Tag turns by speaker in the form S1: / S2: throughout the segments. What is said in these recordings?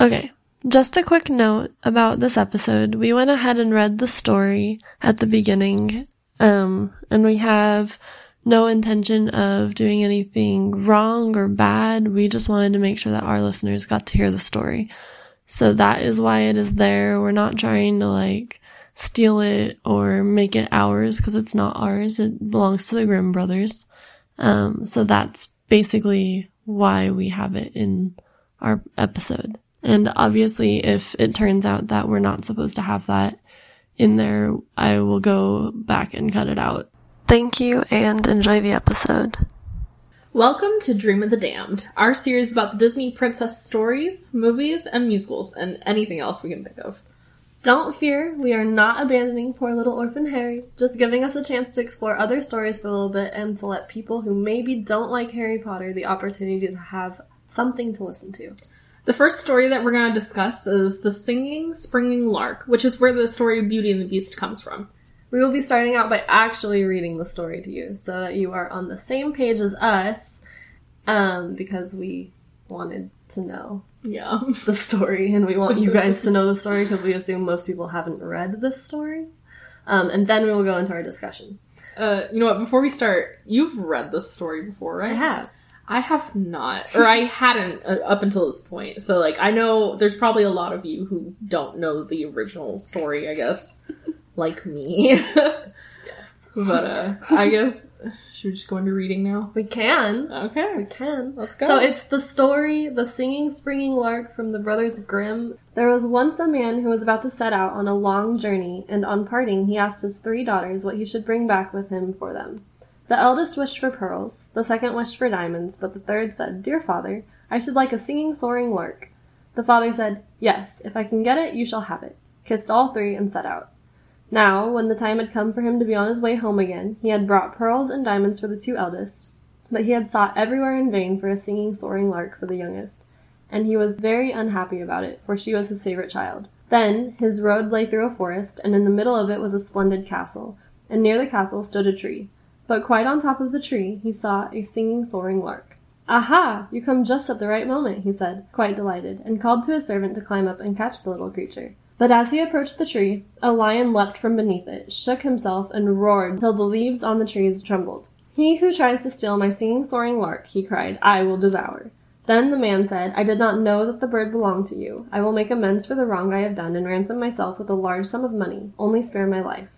S1: Okay, just a quick note about this episode. We went ahead and read the story at the beginning, um, and we have no intention of doing anything wrong or bad. We just wanted to make sure that our listeners got to hear the story. So that is why it is there. We're not trying to like steal it or make it ours because it's not ours. It belongs to the Grimm brothers. Um, so that's basically why we have it in our episode. And obviously, if it turns out that we're not supposed to have that in there, I will go back and cut it out. Thank you and enjoy the episode.
S2: Welcome to Dream of the Damned, our series about the Disney princess stories, movies, and musicals, and anything else we can think of.
S1: Don't fear, we are not abandoning poor little orphan Harry, just giving us a chance to explore other stories for a little bit and to let people who maybe don't like Harry Potter the opportunity to have something to listen to.
S2: The first story that we're going to discuss is The Singing Springing Lark, which is where the story of Beauty and the Beast comes from.
S1: We will be starting out by actually reading the story to you so that you are on the same page as us um, because we wanted to know
S2: Yeah.
S1: the story and we want you guys to know the story because we assume most people haven't read this story. Um, and then we will go into our discussion.
S2: Uh, you know what? Before we start, you've read this story before, right?
S1: I have.
S2: I have not, or I hadn't uh, up until this point. So, like, I know there's probably a lot of you who don't know the original story, I guess, like me. yes. But, uh, I guess, should we just go into reading now?
S1: We can.
S2: Okay.
S1: We can.
S2: Let's go.
S1: So it's the story, The Singing Springing Lark from the Brothers Grimm. There was once a man who was about to set out on a long journey, and on parting he asked his three daughters what he should bring back with him for them. The eldest wished for pearls, the second wished for diamonds, but the third said, Dear father, I should like a singing, soaring lark. The father said, Yes, if I can get it, you shall have it. Kissed all three and set out. Now, when the time had come for him to be on his way home again, he had brought pearls and diamonds for the two eldest, but he had sought everywhere in vain for a singing, soaring lark for the youngest, and he was very unhappy about it, for she was his favorite child. Then his road lay through a forest, and in the middle of it was a splendid castle, and near the castle stood a tree. But quite on top of the tree he saw a singing, soaring lark. Aha! You come just at the right moment, he said, quite delighted, and called to his servant to climb up and catch the little creature. But as he approached the tree, a lion leapt from beneath it, shook himself, and roared till the leaves on the trees trembled. He who tries to steal my singing, soaring lark, he cried, I will devour. Then the man said, I did not know that the bird belonged to you. I will make amends for the wrong I have done and ransom myself with a large sum of money. Only spare my life.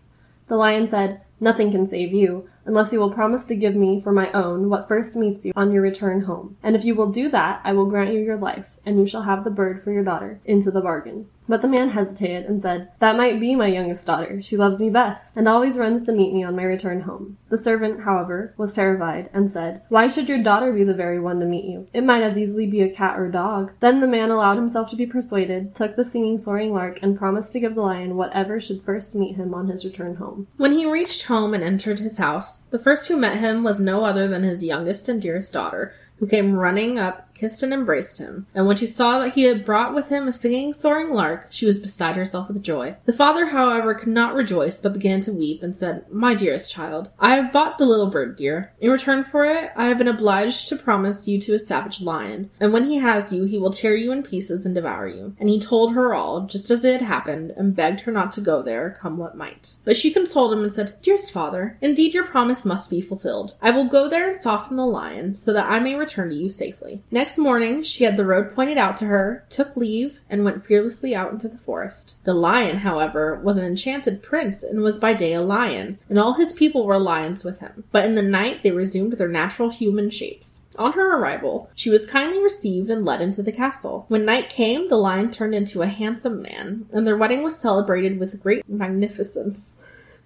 S1: The lion said, Nothing can save you, unless you will promise to give me for my own what first meets you on your return home. And if you will do that, I will grant you your life, and you shall have the bird for your daughter, into the bargain. But the man hesitated and said, That might be my youngest daughter. She loves me best, and always runs to meet me on my return home. The servant, however, was terrified, and said, Why should your daughter be the very one to meet you? It might as easily be a cat or dog. Then the man allowed himself to be persuaded, took the singing, soaring lark, and promised to give the lion whatever should first meet him on his return home.
S2: When he reached home and entered his house, the first who met him was no other than his youngest and dearest daughter, who came running up, kissed and embraced him. And when she saw that he had brought with him a singing, soaring lark, she was beside herself with joy. The father, however, could not rejoice, but began to weep and said, My dearest child, I have bought the little bird, dear. In return for it, I have been obliged to promise you to a savage lion, and when he has you, he will tear you in pieces and devour you. And he told her all, just as it had happened, and begged her not to go there, come what might. But she consoled him and said, Dearest father, indeed your promise must be fulfilled. I will go there and soften the lion, so that I may return to you safely. Next next morning, she had the road pointed out to her, took leave, and went fearlessly out into the forest. The lion, however, was an enchanted prince and was by day a lion, and all his people were lions with him. But in the night, they resumed their natural human shapes. On her arrival, she was kindly received and led into the castle. When night came, the lion turned into a handsome man, and their wedding was celebrated with great magnificence.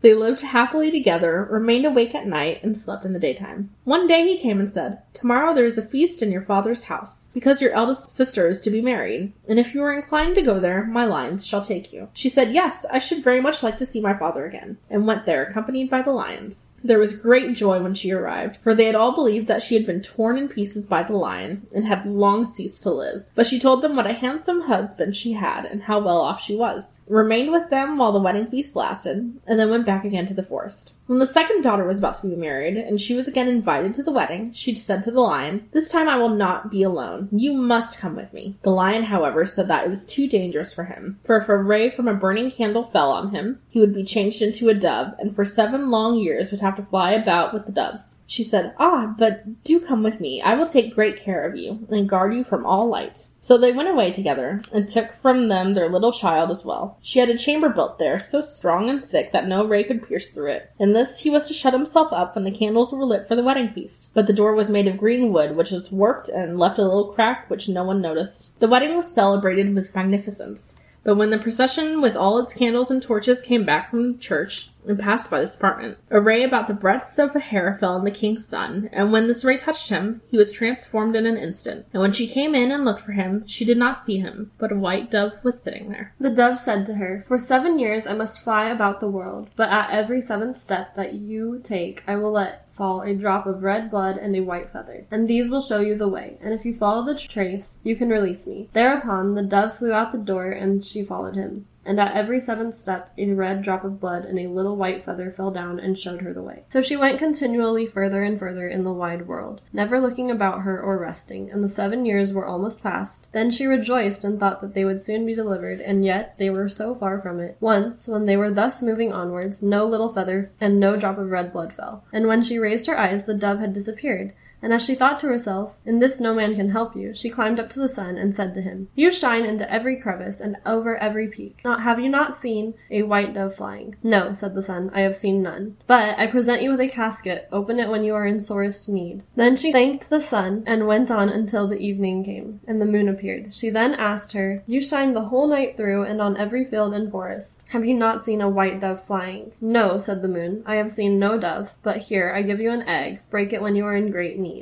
S2: They lived happily together, remained awake at night, and slept in the daytime. One day he came and said, Tomorrow there is a feast in your father's house, because your eldest sister is to be married, and if you are inclined to go there, my lions shall take you. She said, Yes, I should very much like to see my father again, and went there, accompanied by the lions. There was great joy when she arrived, for they had all believed that she had been torn in pieces by the lion and had long ceased to live. But she told them what a handsome husband she had and how well off she was, remained with them while the wedding feast lasted, and then went back again to the forest. When the second daughter was about to be married, and she was again invited to the wedding, she said to the lion, This time I will not be alone. You must come with me. The lion, however, said that it was too dangerous for him, for if a ray from a burning candle fell on him, he would be changed into a dove, and for seven long years would have to fly about with the doves. She said, Ah, but do come with me. I will take great care of you, and guard you from all light. So they went away together, and took from them their little child as well. She had a chamber built there, so strong and thick that no ray could pierce through it. In this he was to shut himself up when the candles were lit for the wedding feast. But the door was made of green wood, which was warped and left a little crack which no one noticed. The wedding was celebrated with magnificence. But when the procession with all its candles and torches came back from church and passed by this apartment, a ray about the breadth of a hair fell on the king's son, and when this ray touched him, he was transformed in an instant. And when she came in and looked for him, she did not see him, but a white dove was sitting there.
S1: The dove said to her, For seven years I must fly about the world, but at every seventh step that you take, I will let fall a drop of red blood and a white feather, and these will show you the way, and if you follow the trace, you can release me. Thereupon the dove flew out the door, and she followed him. And at every seventh step, a red drop of blood and a little white feather fell down and showed her the way. So she went continually further and further in the wide world, never looking about her or resting, and the seven years were almost past. Then she rejoiced and thought that they would soon be delivered, and yet they were so far from it. Once, when they were thus moving onwards, no little feather and no drop of red blood fell. And when she raised her eyes, the dove had disappeared. And as she thought to herself, In this no man can help you, she climbed up to the sun and said to him, You shine into every crevice and over every peak. Not have you not seen a white dove flying? No, said the sun, I have seen none. But I present you with a casket, open it when you are in sorest need. Then she thanked the sun and went on until the evening came, and the moon appeared. She then asked her, You shine the whole night through and on every field and forest. Have you not seen a white dove flying? No, said the moon, I have seen no dove, but here I give you an egg, break it when you are in great need.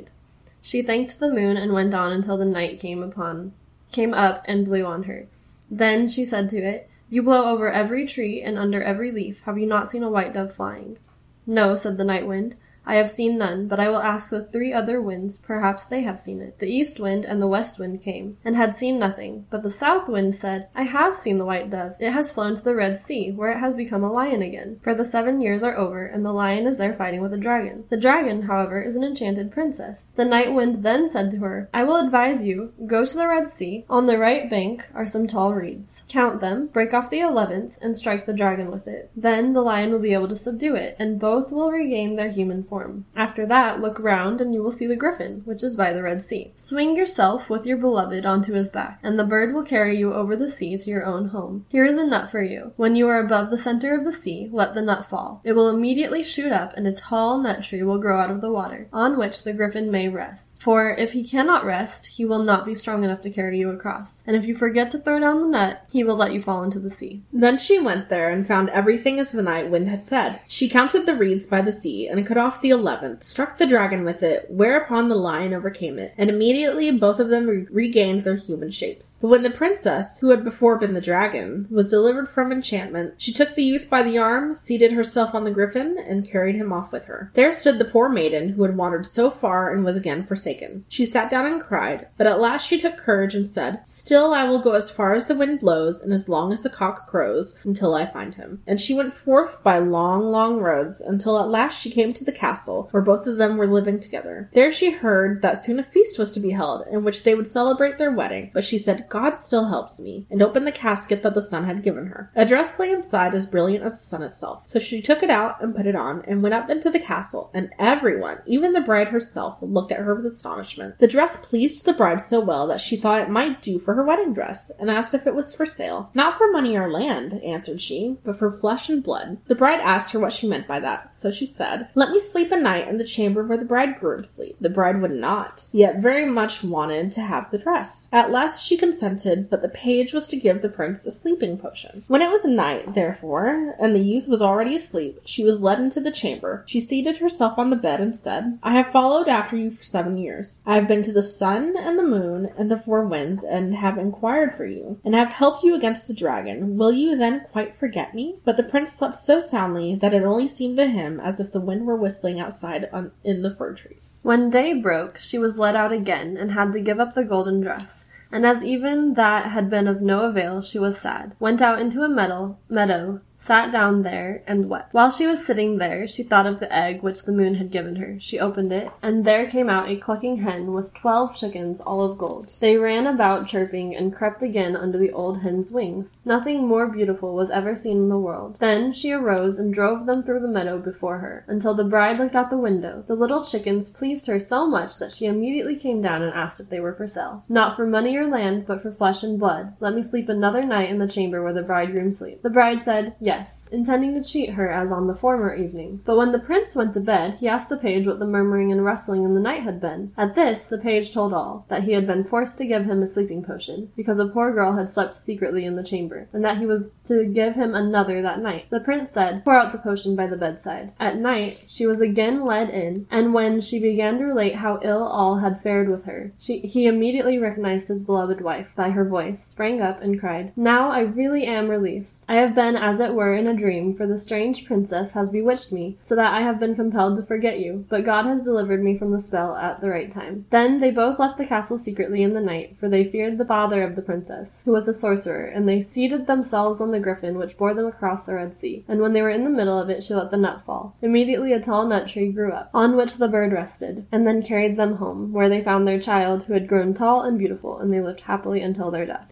S1: She thanked the moon and went on until the night came upon came up and blew on her. Then she said to it, You blow over every tree and under every leaf. Have you not seen a white dove flying? No, said the night wind. I have seen none, but I will ask the three other winds, perhaps they have seen it. The east wind and the west wind came, and had seen nothing, but the south wind said, I have seen the white dove. It has flown to the Red Sea, where it has become a lion again. For the seven years are over, and the lion is there fighting with a dragon. The dragon, however, is an enchanted princess. The night wind then said to her, I will advise you, go to the Red Sea. On the right bank are some tall reeds. Count them, break off the eleventh, and strike the dragon with it. Then the lion will be able to subdue it, and both will regain their human form. After that, look round, and you will see the griffin, which is by the Red Sea. Swing yourself with your beloved onto his back, and the bird will carry you over the sea to your own home. Here is a nut for you. When you are above the center of the sea, let the nut fall. It will immediately shoot up, and a tall nut tree will grow out of the water, on which the griffin may rest. For if he cannot rest, he will not be strong enough to carry you across. And if you forget to throw down the nut, he will let you fall into the sea.
S2: Then she went there and found everything as the night wind had said. She counted the reeds by the sea and cut off the eleventh, struck the dragon with it, whereupon the lion overcame it, and immediately both of them re- regained their human shapes. But when the princess, who had before been the dragon, was delivered from enchantment, she took the youth by the arm, seated herself on the griffin, and carried him off with her. There stood the poor maiden who had wandered so far and was again forsaken. She sat down and cried, but at last she took courage and said, Still I will go as far as the wind blows and as long as the cock crows until I find him. And she went forth by long, long roads until at last she came to the castle castle, where both of them were living together. There she heard that soon a feast was to be held, in which they would celebrate their wedding, but she said, God still helps me, and opened the casket that the sun had given her. A dress lay inside as brilliant as the sun itself, so she took it out and put it on, and went up into the castle, and everyone, even the bride herself, looked at her with astonishment. The dress pleased the bride so well that she thought it might do for her wedding dress, and asked if it was for sale. Not for money or land, answered she, but for flesh and blood. The bride asked her what she meant by that, so she said, Let me sleep a night in the chamber where the bridegroom sleep. The bride would not, yet very much wanted to have the dress. At last she consented, but the page was to give the prince a sleeping potion. When it was night, therefore, and the youth was already asleep, she was led into the chamber. She seated herself on the bed and said, I have followed after you for seven years. I have been to the sun and the moon and the four winds, and have inquired for you, and have helped you against the dragon. Will you then quite forget me? But the prince slept so soundly that it only seemed to him as if the wind were whistling outside on, in the fir trees.
S1: When day broke, she was let out again and had to give up the golden dress. And as even that had been of no avail, she was sad. Went out into a meadow, meadow, sat down there, and wept. While she was sitting there, she thought of the egg which the moon had given her. She opened it, and there came out a clucking hen with twelve chickens, all of gold. They ran about chirping, and crept again under the old hen's wings. Nothing more beautiful was ever seen in the world. Then she arose and drove them through the meadow before her, until the bride looked out the window. The little chickens pleased her so much that she immediately came down and asked if they were for sale. Not for money or land, but for flesh and blood. Let me sleep another night in the chamber where the bridegroom sleeps. The bride said yes, intending to cheat her as on the former evening. But when the prince went to bed, he asked the page what the murmuring and rustling in the night had been. At this, the page told all that he had been forced to give him a sleeping potion, because a poor girl had slept secretly in the chamber, and that he was to give him another that night. The prince said, Pour out the potion by the bedside. At night, she was again led in, and when she began to relate how ill all had fared with her, she, he immediately recognized his beloved wife by her voice, sprang up, and cried, Now I really am released. I have been, as it were, in a dream, for the strange princess has bewitched me, so that I have been compelled to forget you, but God has delivered me from the spell at the right time. Then they both left the castle secretly in the night, for they feared the father of the princess, who was a sorcerer, and they seated themselves on the griffin which bore them across the Red Sea. And when they were in the middle of it, she let the nut fall. Immediately a tall nut tree grew up, on which the bird rested, and then carried them home, where they found their child, who had grown tall and beautiful, and they lived happily until their death.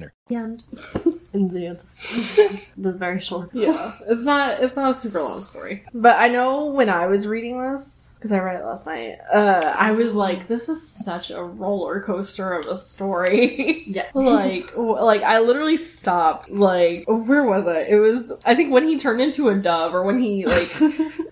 S1: And indeed, that's very short.
S2: Yeah, it's not it's not a super long story. But I know when I was reading this because I read it last night, uh, I was like, "This is such a roller coaster of a story." Yeah, like w- like I literally stopped. Like where was it? It was I think when he turned into a dove or when he like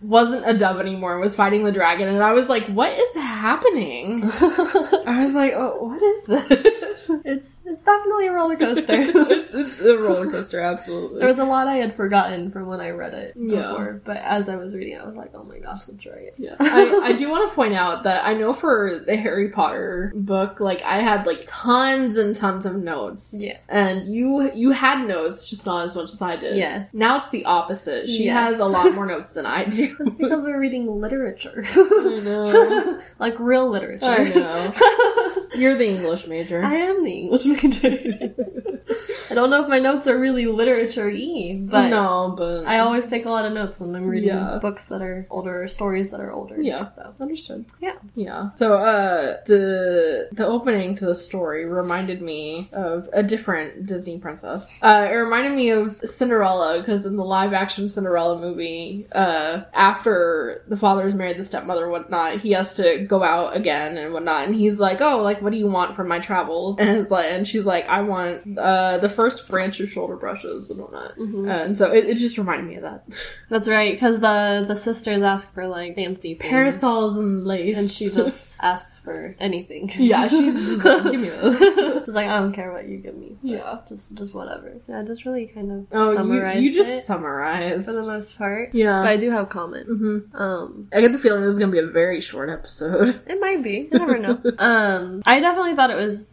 S2: wasn't a dove anymore and was fighting the dragon, and I was like, "What is happening?" I was like, oh, "What is this?"
S1: It's it's definitely a roller coaster.
S2: it's, it's a roller coaster, absolutely.
S1: There was a lot I had forgotten from when I read it
S2: Yeah.
S1: before, but as I was reading, it, I was like, "Oh my gosh, that's right."
S2: Yeah. I, I do want to point out that I know for the Harry Potter book, like I had like tons and tons of notes.
S1: Yeah.
S2: And you you had notes, just not as much as I did.
S1: Yes.
S2: Now it's the opposite. She
S1: Yes.
S2: has a lot more notes than I do.
S1: It's because we're reading literature,
S2: I know.
S1: like real literature.
S2: I know. You're the English major.
S1: I am the English major. I don't know if my notes are really literature y, but
S2: no, but
S1: I always take a lot of notes when I'm reading
S2: Yeah.
S1: books that are older or stories that are older.
S2: Yeah.
S1: So,
S2: understood.
S1: yeah.
S2: Yeah. So uh the the opening to the story reminded me of a different Disney princess. Uh it reminded me of Cinderella because in the live action Cinderella movie, uh after the father's married the stepmother and whatnot, he has to go out again and whatnot and he's like, Oh, like what do you want from my travels? And it's like and she's like, I want uh the first branch of shoulder brushes and whatnot. Uh, and so it, it just reminded me of that.
S1: That's right, because the the sisters ask for like fancy things,
S2: Parasols and lace.
S1: and she just asks for anything.
S2: yeah, she's just like, give me those.
S1: She's like, I don't care what you give me. but
S2: Yeah.
S1: just just whatever. Yeah, just really kind of
S2: Oh, you,
S1: summarized
S2: you just
S1: it
S2: summarized.
S1: for the most part.
S2: Yeah.
S1: but I do have comment. Mm-hmm. Um,
S2: I get the feeling this is going to be a very short episode.
S1: It might be. You never know. um, I definitely thought it was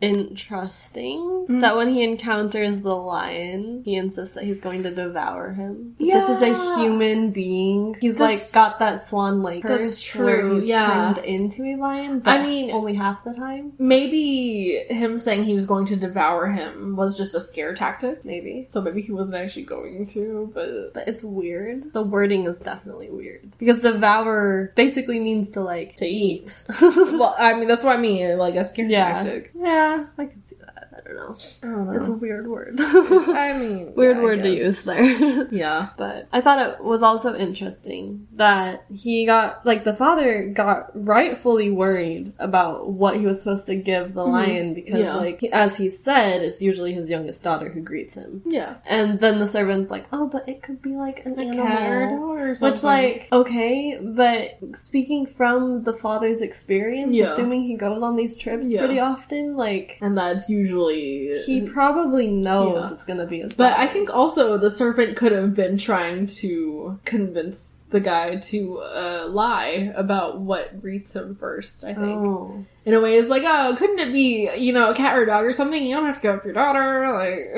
S1: interesting
S2: Mm-hmm.
S1: that when he encounters the lion, he insists that he's going to devour him. This is a
S2: Yeah.
S1: human being. He's
S2: That's-
S1: like got that Swan Lake
S2: That's
S1: curse
S2: true,
S1: where he's
S2: yeah.
S1: turned into a lion. But
S2: I mean-
S1: only half the time,
S2: Maybe him saying he was going to devour him was just a scare tactic.
S1: maybe.
S2: So maybe he wasn't actually going to, but
S1: But it's weird. The wording is definitely weird because devour basically means to like.
S2: to eat. well, I mean that's what I mean, like a scare
S1: Yeah.
S2: tactic.
S1: Yeah, I can see that. I don't know.
S2: I don't
S1: It's a
S2: know.
S1: weird word.
S2: I mean,
S1: weird
S2: yeah, I
S1: word to
S2: guess.
S1: use there.
S2: Yeah.
S1: But I thought it was also interesting that he got, like, the father got rightfully worried about what he was supposed to give the lion because,
S2: Mm-hmm. Yeah.
S1: like, he- as he said, it's usually his youngest daughter who greets him.
S2: Yeah.
S1: And then the servant's like, oh, but it could be like an
S2: A
S1: animal.
S2: cat or a dog or something.
S1: Which, like, okay, but speaking from the father's experience,
S2: Yeah.
S1: assuming he goes on these trips
S2: Yeah.
S1: pretty often, like,
S2: and that's usually
S1: he probably knows
S2: Yeah.
S1: it's gonna be his
S2: But
S1: daughter.
S2: I think also the serpent could have been trying to convince the guy to uh, lie about what greets him first. I think
S1: Oh.
S2: in a way, it's like, oh, couldn't it be you know a cat or a dog or something? You don't have to go with your daughter.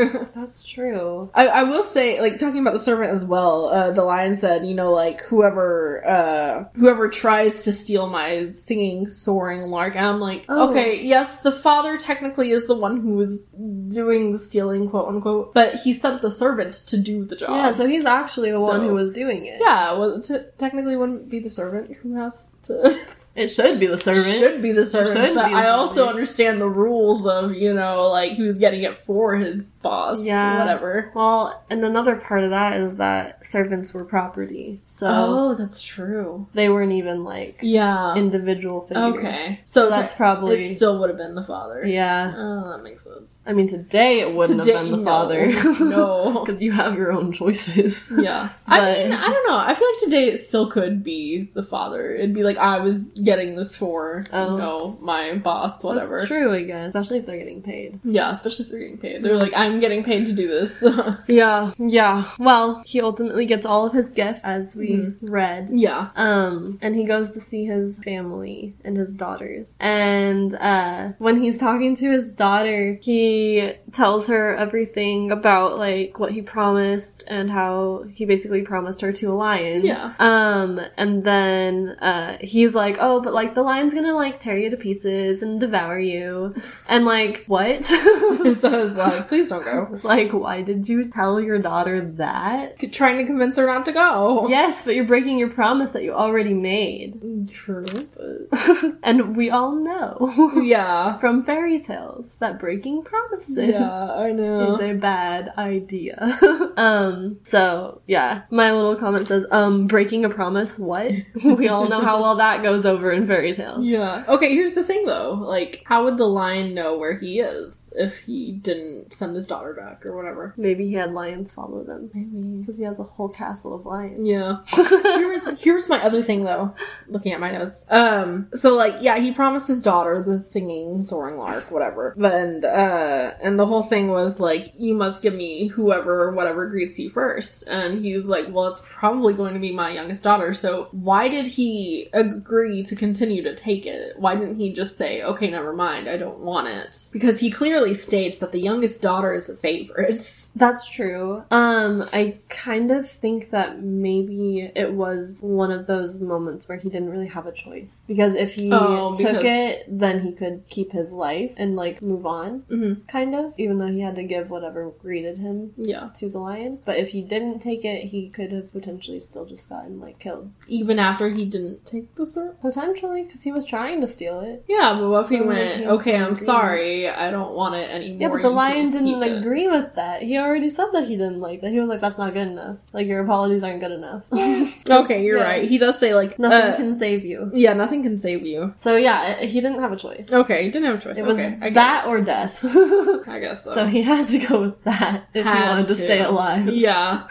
S2: Like,
S1: That's true.
S2: I, I will say, like talking about the serpent as well. Uh, the lion said, you know, like whoever uh, whoever tries to steal my singing soaring lark. And I'm like,
S1: Oh.
S2: okay, yes, the father technically is the one who is doing the stealing, quote unquote, but he sent the servant to do the job.
S1: Yeah, so he's actually the one
S2: So-
S1: who was doing it.
S2: yeah, well, t- technically wouldn't be the servant who has to.
S1: It should be the servant.
S2: should be the servant,
S1: Should
S2: but
S1: be the
S2: I also
S1: servant.
S2: understand the rules of you know like who's getting it for his boss,
S1: Yeah.
S2: whatever.
S1: Well, and another part of that is that servants were property. So
S2: that's true.
S1: they weren't even like
S2: Oh. Yeah.
S1: individual figures.
S2: Okay.
S1: So, that's
S2: te-
S1: probably
S2: It still would have been the father.
S1: Yeah.
S2: Oh, that makes sense.
S1: I mean today it wouldn't
S2: Today-
S1: have been the
S2: no.
S1: father.
S2: No.
S1: Because you have your own choices.
S2: Yeah. I
S1: But-
S2: mean, I don't know. I feel like today it still could be the father. It'd be like, I was getting this for,
S1: Oh.
S2: you know, my boss, whatever.
S1: That's true, I guess. Especially if they're getting paid.
S2: Yeah, especially if they're getting paid. They're like, I'm getting paid to do this.
S1: Yeah. Yeah. Well, he ultimately gets all of his gift as we
S2: Mm-hmm.
S1: read.
S2: yeah.
S1: Um, and he goes to see his family and his daughters. And uh, when he's talking to his daughter, he tells her everything about like what he promised and how he basically promised her to a lion.
S2: Yeah.
S1: Um, and then uh, he's like, "Oh, but like the lion's gonna like tear you to pieces and devour you," and like what?
S2: So I was like, please don't go.
S1: like, why did you tell your daughter that?
S2: Trying to convince her not to go.
S1: Yes, but you're breaking your promise that you already made.
S2: True. but-
S1: And we all know
S2: yeah.
S1: from fairy tales that breaking promises
S2: Yeah, I
S1: is
S2: know.
S1: a bad idea. um, so yeah, my little comment says, um, breaking a promise, what? we all know how well that goes over in fairy tales.
S2: Yeah. Okay, here's the thing though. Like, how would the lion know where he is if he didn't send his daughter back or whatever?
S1: Maybe he had lions follow them.
S2: Maybe.
S1: Because he has a whole castle of lions.
S2: Yeah. here's here's my other thing though. Looking at my notes. Um so like yeah, he promised his daughter the singing soaring lark whatever. But and uh and the whole thing was like you must give me whoever or whatever greets you first. And he's like, "Well, it's probably going to be my youngest daughter." So why did he agree to continue to take it? Why didn't he just say, "Okay, never mind. I don't want it." Because he clearly states that the youngest daughter is his favorite.
S1: That's true. Um, I kind of think that maybe it was one of those moments where he didn't really have a choice. Because if he
S2: Oh,
S1: took
S2: because-
S1: it, then he could keep his life and like move on, mm-hmm. kind of, even though he had to give whatever greeted him
S2: Yeah.
S1: to the lion. But if he didn't take it, he could have potentially still just gotten like killed.
S2: Even after he didn't take the sword.
S1: Potentially, because he was trying to steal it.
S2: Yeah, but what if he
S1: Or
S2: went,
S1: he was
S2: okay, I'm
S1: hungry.
S2: sorry, I don't want it anymore.
S1: Yeah, but the
S2: you
S1: lion
S2: can
S1: didn't
S2: keep it.
S1: agree with that. He already said that he didn't like that. He was like, "That's not good enough. Like your apologies aren't good enough. Nothing
S2: Okay, you're
S1: Yeah.
S2: right. He does say like uh,
S1: can save you."
S2: Yeah, nothing can save you.
S1: So yeah, he didn't have a choice.
S2: Okay, you didn't have a choice.
S1: It was
S2: okay, I
S1: that or death.
S2: Guess, I guess so.
S1: so he had to go with that if he
S2: Had
S1: wanted to,
S2: to.
S1: stay alive.
S2: yeah,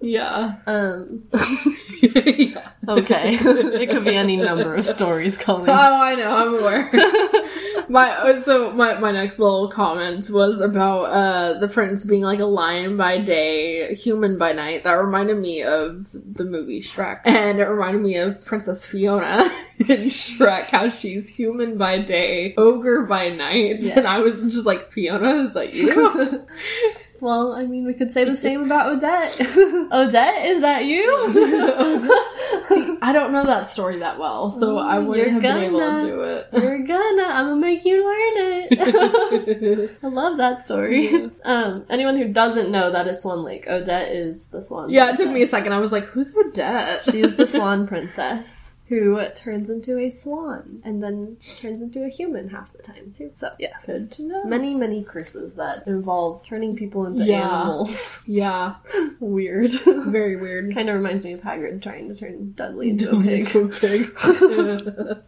S2: yeah.
S1: Um,
S2: yeah.
S1: okay, it could be any number of stories, Colleen.
S2: Oh, I know. I'm aware. my uh, so my my next little comment was about uh the prince being like a lion by day, human by night. That reminded me of the movie Shrek, and it reminded me of Princess Fiona in Shrek, how she's human by day, ogre by night, and I was just like, Fiona, is that you?
S1: well, I mean, we could say the same about Odette. Odette, is that you?
S2: I don't know that story that well, so I wouldn't
S1: you're
S2: have been able
S1: gonna-
S2: to do it.
S1: You're gonna. I'm gonna make you learn it. I love that story. Um, anyone who doesn't know that is Swan Lake. Odette oh, is the swan.
S2: Yeah, it took me a
S1: princess.
S2: second. I was like, who's Odette?
S1: She is the swan princess who turns into a swan and then turns into a human half the time too. So yeah,
S2: Good to know.
S1: Many many curses that involve turning people into
S2: Yeah.
S1: animals.
S2: Yeah,
S1: Weird.
S2: very weird.
S1: kind of reminds me of Hagrid trying to turn Dudley into a pig.
S2: Into a pig.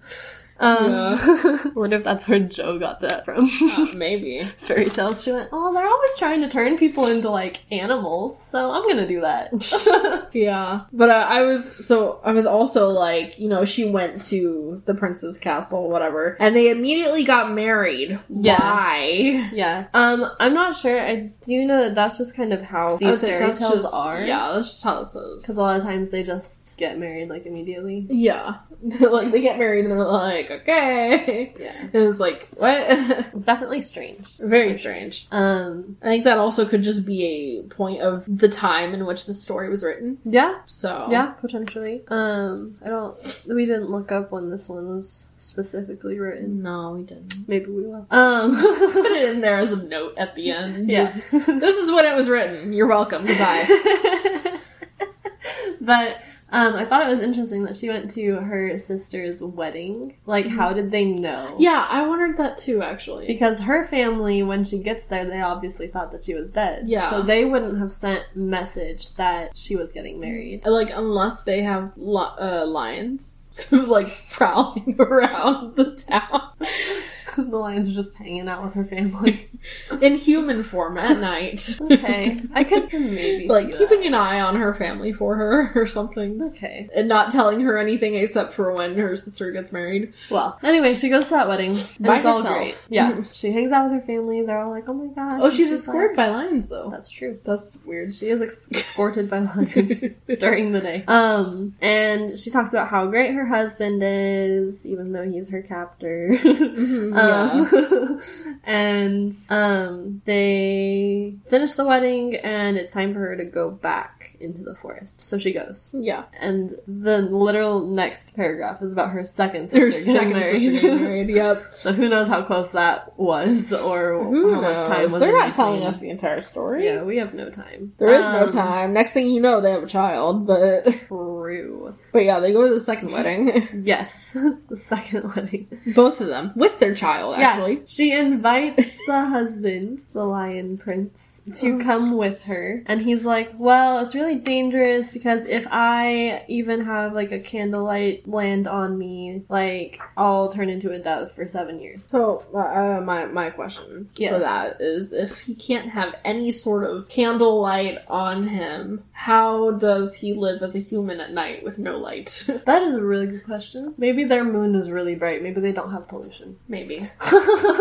S1: Um,
S2: Yeah.
S1: I wonder if that's where Joe got that from.
S2: Maybe.
S1: fairy tales. She went, Oh, they're always trying to turn people into like animals, so I'm gonna do that.
S2: Yeah, but uh, I was so I was also like, you know, she went to the prince's castle, whatever, and they immediately got married.
S1: Yeah.
S2: Why?
S1: yeah. Um, I'm not sure. I do know that that's just kind of
S2: I
S1: how these
S2: was like,
S1: fairy
S2: that's
S1: tales
S2: just-
S1: are.
S2: Yeah, that's just how this is.
S1: Because a lot of times they just get married like immediately.
S2: Yeah, like they get married and they're like, okay.
S1: Yeah.
S2: And it's like what?
S1: It's definitely strange.
S2: Very strange.
S1: Um,
S2: I think that also could just be a point of the time in which the story was written.
S1: yeah.
S2: So
S1: Yeah, potentially. Um, I don't. We didn't look up when this one was specifically written.
S2: No, we didn't.
S1: Maybe we will. Um,
S2: Put it in there as a note at the end.
S1: Yeah.
S2: Just, this is when it was written. You're welcome. Goodbye.
S1: but um, I thought it was interesting that she went to her sister's wedding. Like, how did they know?
S2: yeah, I wondered that too, actually.
S1: Because her family, when she gets there, they obviously thought that she was dead.
S2: Yeah.
S1: So they wouldn't have sent message that she was getting married.
S2: Like, unless they have li- uh, lions to like prowling around the town
S1: the lions are just hanging out with her family.
S2: in human form at night.
S1: okay. I could maybe
S2: like
S1: see
S2: keeping
S1: that.
S2: an eye on her family for her or something,
S1: Okay.
S2: and not telling her anything except for when her sister gets married.
S1: Well, anyway, she goes to that wedding. And
S2: By
S1: it's all
S2: herself.
S1: great. Yeah. she hangs out with her family. They're all like, oh my gosh.
S2: Oh,
S1: and
S2: she's
S1: like-
S2: escorted by lions though.
S1: That's true.
S2: That's weird.
S1: She is ex- escorted by lions during the day. Um, and she talks about how great her husband is, even though he's her captor. Mm-hmm, um, and um, they finish the wedding, and it's time for her to go back into the forest. So she goes.
S2: Yeah.
S1: And the literal next paragraph is about her second sister
S2: Her
S1: getting
S2: second
S1: married.
S2: sister getting married. Yep.
S1: so who knows how close that was, or how much time was
S2: They're
S1: in
S2: not
S1: between.
S2: telling us the entire story.
S1: Yeah, we have no time.
S2: There is no
S1: Um,
S2: time. Next thing you know, they have a child. But
S1: True.
S2: but yeah, they go to the second wedding.
S1: Yes, the second wedding.
S2: Both of them with their child. Actually,
S1: Yeah, she invites the husband, the lion prince, to
S2: Oh.
S1: come with her, and he's like, "Well, it's really dangerous because if I even have like a candlelight land on me, like I'll turn into a dove for seven years."
S2: So uh, my my question for
S1: Yes.
S2: that is, if he can't have any sort of candlelight on him, how does he live as a human at night with no light?
S1: That is a really good question. Maybe their moon is really bright. Maybe they don't have pollution.
S2: Maybe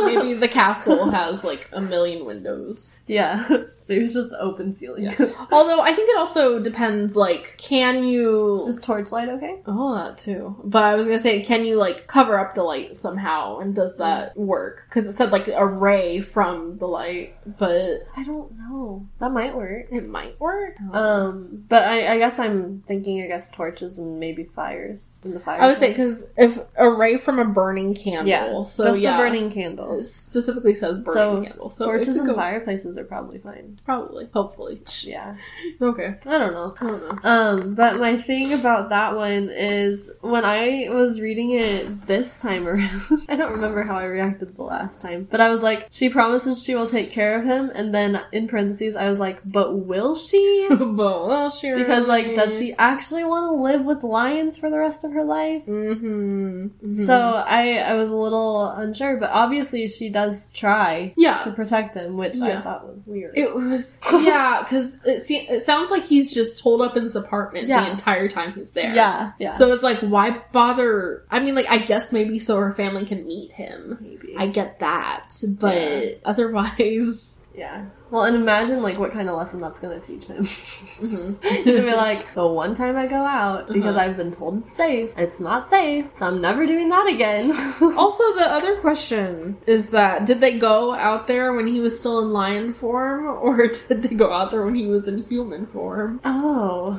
S2: maybe the castle has like a million windows.
S1: Yeah, maybe it's just open ceiling.
S2: Although I think it also depends. Like, can you?
S1: is torchlight okay?
S2: Oh, that too. But I was gonna say, can you like cover up the light somehow, and does that work? Because it said like a ray from the light, but
S1: I don't know. That might work.
S2: it might work.
S1: Um, but I, I guess I'm thinking, I guess torches and maybe fires in the fire.
S2: I would say because if a ray from a burning candle,
S1: yeah,
S2: so
S1: just
S2: yeah,
S1: the burning
S2: it
S1: candles.
S2: specifically says burning
S1: So,
S2: candle. So it
S1: torches
S2: could
S1: and
S2: go-
S1: fireplaces are probably fine.
S2: Probably. Hopefully.
S3: Yeah.
S2: Okay.
S3: I don't know. I don't know. Um, but my thing about that one is when I was reading it this time around, I don't remember how I reacted the last time, but I was like, she promises she will take care of him, and then in parentheses, I was like, but will she?
S2: but well, sure.
S3: Because like, does she actually want to live with lions for the rest of her life?
S2: Mm-hmm.
S3: So I, I was a little unsure, but obviously she does try
S2: Yeah.
S3: to protect him, which
S2: Yeah.
S3: I thought was weird.
S2: It was yeah, because it se- it sounds like he's just holed up in his apartment
S3: Yeah.
S2: the entire time he's there.
S3: yeah, yeah.
S2: So it's like, why bother? I mean, like, I guess maybe so her family can meet him.
S3: Maybe.
S2: I get that, but otherwise,
S3: Yeah. Well, and imagine like what kind of lesson that's gonna teach him.
S2: Mm-hmm.
S3: He's gonna be like, the one time I go out
S2: Uh-huh.
S3: because I've been told it's safe, it's not safe, so I'm never doing that again.
S2: also the other question is that did they go out there when he was still in lion form, or did they go out there when he was in human form?
S3: oh,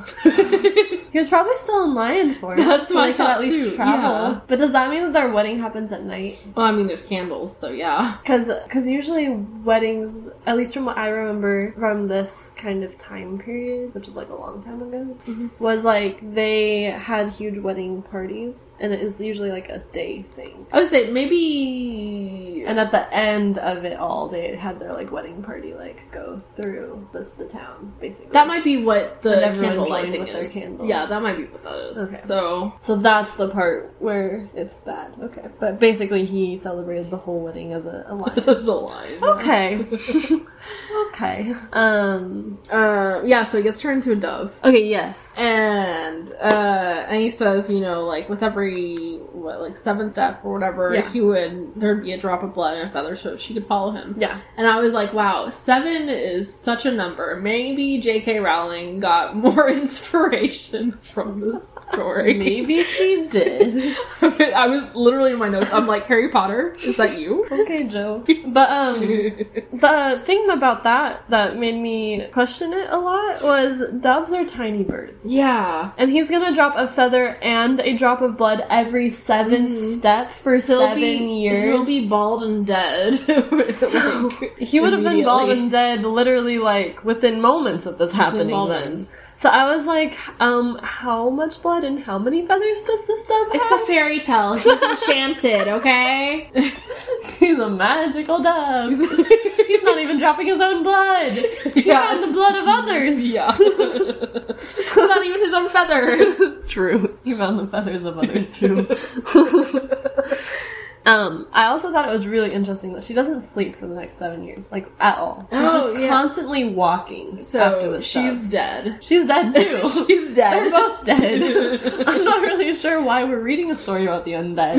S3: he was probably still in lion form.
S2: That's
S3: so
S2: what I
S3: they could
S2: thought,
S3: at least
S2: too.
S3: travel.
S2: Yeah.
S3: But does that mean that their wedding happens at night?
S2: Well, I mean, there's candles, so yeah.
S3: Because cause usually weddings, at least from what I remember from this kind of time period, which was like a long time ago,
S2: Mm-hmm.
S3: was like they had huge wedding parties, and it's usually like a day thing.
S2: I would say maybe.
S3: And at the end of it all, they had their like wedding party like go through this the town basically.
S2: That might be what
S3: And
S2: the
S3: everyone
S2: candle
S3: joined
S2: lighting
S3: with their
S2: is.
S3: candles.
S2: Yeah, that might be what that is.
S3: Okay.
S2: So
S3: so that's the part where it's bad. Okay, but basically he celebrated the whole wedding as a, a lion.
S2: that's a line.
S3: okay, okay, um,
S2: Uh, yeah, so he gets turned into a dove.
S3: okay, yes,
S2: And uh, and he says, you know, like with every what, like seventh step or whatever,
S3: Yeah.
S2: he would there'd be a drop of blood and a feather, so she could follow him.
S3: Yeah.
S2: And I was like, wow, seven is such a number. Maybe J.K. Rowling got more inspiration from this story.
S3: maybe she did.
S2: I was literally in my notes. I'm like, Harry Potter, is that you?
S3: okay, Joe. But um. The thing about that that made me question it a lot was doves are tiny birds.
S2: yeah.
S3: And he's gonna drop a feather and a drop of blood every 7 step for
S2: He'll
S3: seven
S2: be,
S3: years.
S2: He'll be bald and dead.
S3: So,
S2: Like,
S3: he would have been bald
S2: immediately.
S3: and dead literally like within moments of this happening then.
S2: moments.
S3: So I was like, um, how much blood and how many feathers does this dove have?
S2: It's a fairy tale. He's enchanted, okay?
S3: He's a magical dove. He's not even dropping his own blood. He
S2: Yeah.
S3: found the blood of others.
S2: Yeah. it's not even his own feathers.
S3: True. He found the feathers of others too. um, I also thought it was really interesting that she doesn't sleep for the next seven years, like at all. She's
S2: Oh,
S3: just
S2: yeah.
S3: constantly walking. after
S2: So
S3: this
S2: she's
S3: stuff.
S2: dead.
S3: she's dead too.
S2: She's
S3: They're
S2: dead.
S3: both dead. I'm not really sure why we're reading a story about the undead,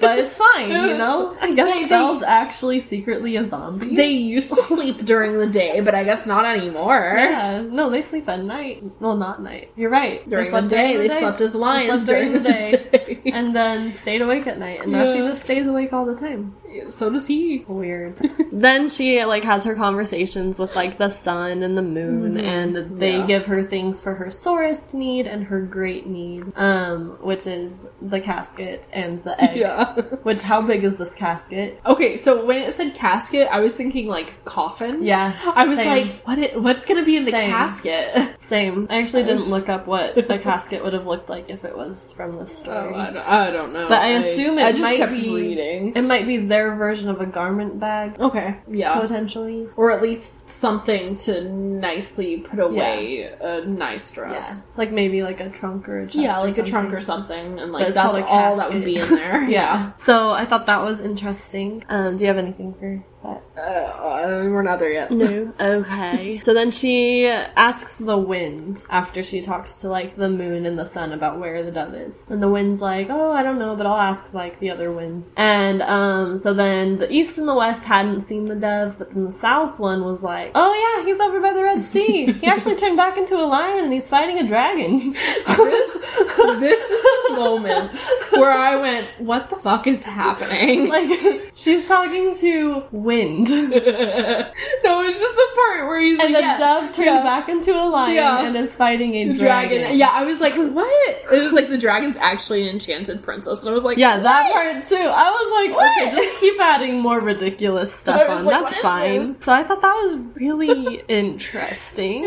S3: but it's fine. You know, I guess
S2: They- they-
S3: Belle's actually secretly a zombie.
S2: They used to sleep during the day, but I guess not anymore.
S3: yeah, no, they sleep at night. Well, not night. You're right. They
S2: During the
S3: slept
S2: day, they slept as lions
S3: slept during, the day.
S2: day.
S3: and then stayed awake at night and now she
S2: Yeah.
S3: just stays awake all the time
S2: so does he.
S3: weird then she like has her conversations with like the sun and the moon and they
S2: Yeah.
S3: give her things for her sorest need and her great need um which is the casket and the egg
S2: Yeah.
S3: which how big is this casket
S2: Okay, so when it said casket, I was thinking like coffin.
S3: Yeah,
S2: I was
S3: same.
S2: like, what? It, what's gonna be in the
S3: Same.
S2: casket?
S3: same i actually didn't look up what the casket would have looked like if it was from this story
S2: Oh, I, don't, I don't know.
S3: but I assume it
S2: I just
S3: might
S2: kept
S3: be
S2: reading.
S3: it might be their version of a garment bag,
S2: Okay. Yeah.
S3: potentially.
S2: or at least something to nicely put away a nice dress.
S3: Yes, like maybe like a trunk or a chest.
S2: Yeah,
S3: or
S2: like a
S3: something.
S2: trunk or something,
S3: But
S2: and like
S3: it's
S2: that's
S3: called a
S2: all that
S3: casket.
S2: would be in there.
S3: Yeah. So I thought that was interesting. Um, do you have anything for that?
S2: Uh, we're not there yet.
S3: No. Okay. so then she asks the wind after she talks to like the moon and the sun about where the dove is. And the wind's like, "Oh, I don't know, but I'll ask like the other winds." And um so then the east and the west hadn't seen the dove, but then the south one was like, "Oh yeah, he's over by the Red Sea. he actually turned back into a lion and he's fighting a dragon."
S2: this is the moment where I went, "What the fuck is happening?"
S3: like she's talking to wind. and
S2: No, it's just the part where he's
S3: the
S2: like, yeah,
S3: dove turned
S2: yeah.
S3: back into a lion
S2: Yeah.
S3: and is fighting a dragon.
S2: dragon. Yeah, I was like, what? It was like the dragon's actually an enchanted princess, and I was like,
S3: Yeah, that part too. I was like, okay, just keep adding more ridiculous stuff
S2: I was
S3: on.
S2: like, what
S3: That's
S2: is
S3: fine. So I thought that was really interesting.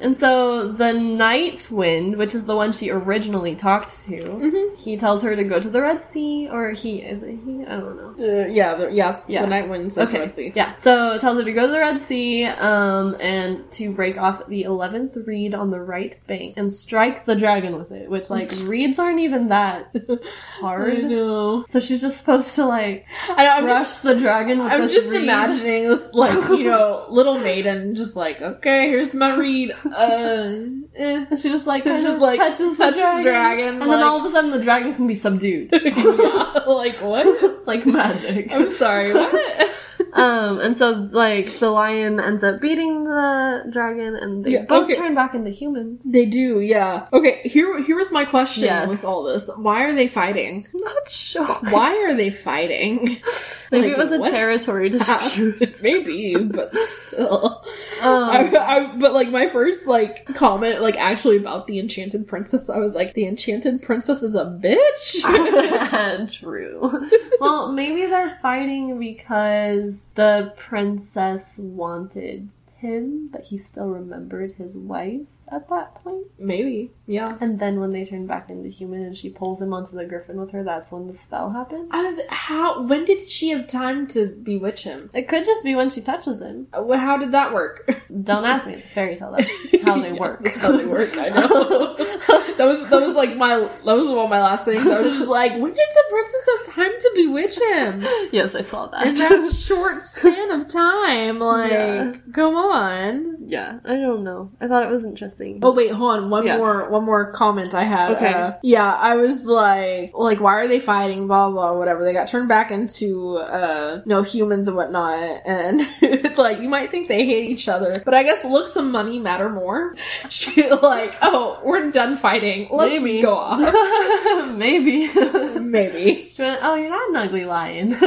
S3: And so the night wind, which is the one she originally talked to,
S2: Mm-hmm.
S3: he tells her to go to the Red Sea, or he is it he? I don't know.
S2: Uh, yeah, the, yeah, it's
S3: Yeah.
S2: the night winds. That's Red Sea.
S3: Yeah. So it tells her to go to the Red Sea, um, and to break off the eleventh reed on the right bank and strike the dragon with it. Which like reeds aren't even that hard.
S2: I know.
S3: So she's just supposed to like
S2: I know. I'm
S3: brush
S2: just,
S3: the dragon with
S2: I'm
S3: this
S2: just
S3: reed.
S2: imagining this, like you know, little maiden, just like, okay, here's my reed. Uh, eh.
S3: She just like kind
S2: Just,
S3: of
S2: like,
S3: touches,
S2: touches
S3: the dragon,
S2: dragon,
S3: and then
S2: like-
S3: all of a sudden the dragon can be subdued
S2: like what?
S3: like magic.
S2: I'm sorry. What?
S3: Um, and so like the lion ends up beating the dragon, and they
S2: Yeah,
S3: both
S2: okay.
S3: turn back into humans.
S2: They do, yeah. Okay, here here was my question
S3: Yes.
S2: with all this. Why are they fighting?
S3: I'm not sure.
S2: Why are they fighting?
S3: Maybe
S2: Like,
S3: it was a
S2: what?
S3: territory dispute.
S2: Maybe, but still.
S3: um,
S2: I, I, but like my first like comment, like actually about the enchanted princess, I was like, the enchanted princess is a bitch.
S3: True. Well, maybe they're fighting because the princess wanted him, but he still remembered his wife at that point.
S2: Maybe, yeah.
S3: And then when they turn back into human and she pulls him onto the griffin with her, that's when the spell happens.
S2: I was how? When did she have time to bewitch him?
S3: It could just be when she touches him.
S2: Uh, well, How did that work?
S3: Don't ask me. It's a fairy tale. That's how they work.
S2: That's how they work. I know. that was that was like my that was one of my last things. I was just like, when did the princess have time to bewitch him?
S3: yes, I saw that.
S2: In that short span of time, like,
S3: Yeah.
S2: come on.
S3: yeah, I don't know. I thought it was interesting.
S2: Oh wait, hold on. One
S3: Yes.
S2: more, one more comment I had.
S3: Okay.
S2: Uh, yeah, I was like, like, why are they fighting? Blah blah, whatever. They got turned back into, uh, you know, humans and whatnot. And it's like you might think they hate each other, but I guess looks and money matter more. She like, oh, we're done fighting. Let's
S3: Maybe.
S2: go off.
S3: Maybe.
S2: Maybe.
S3: She went, oh, you're not an ugly lion.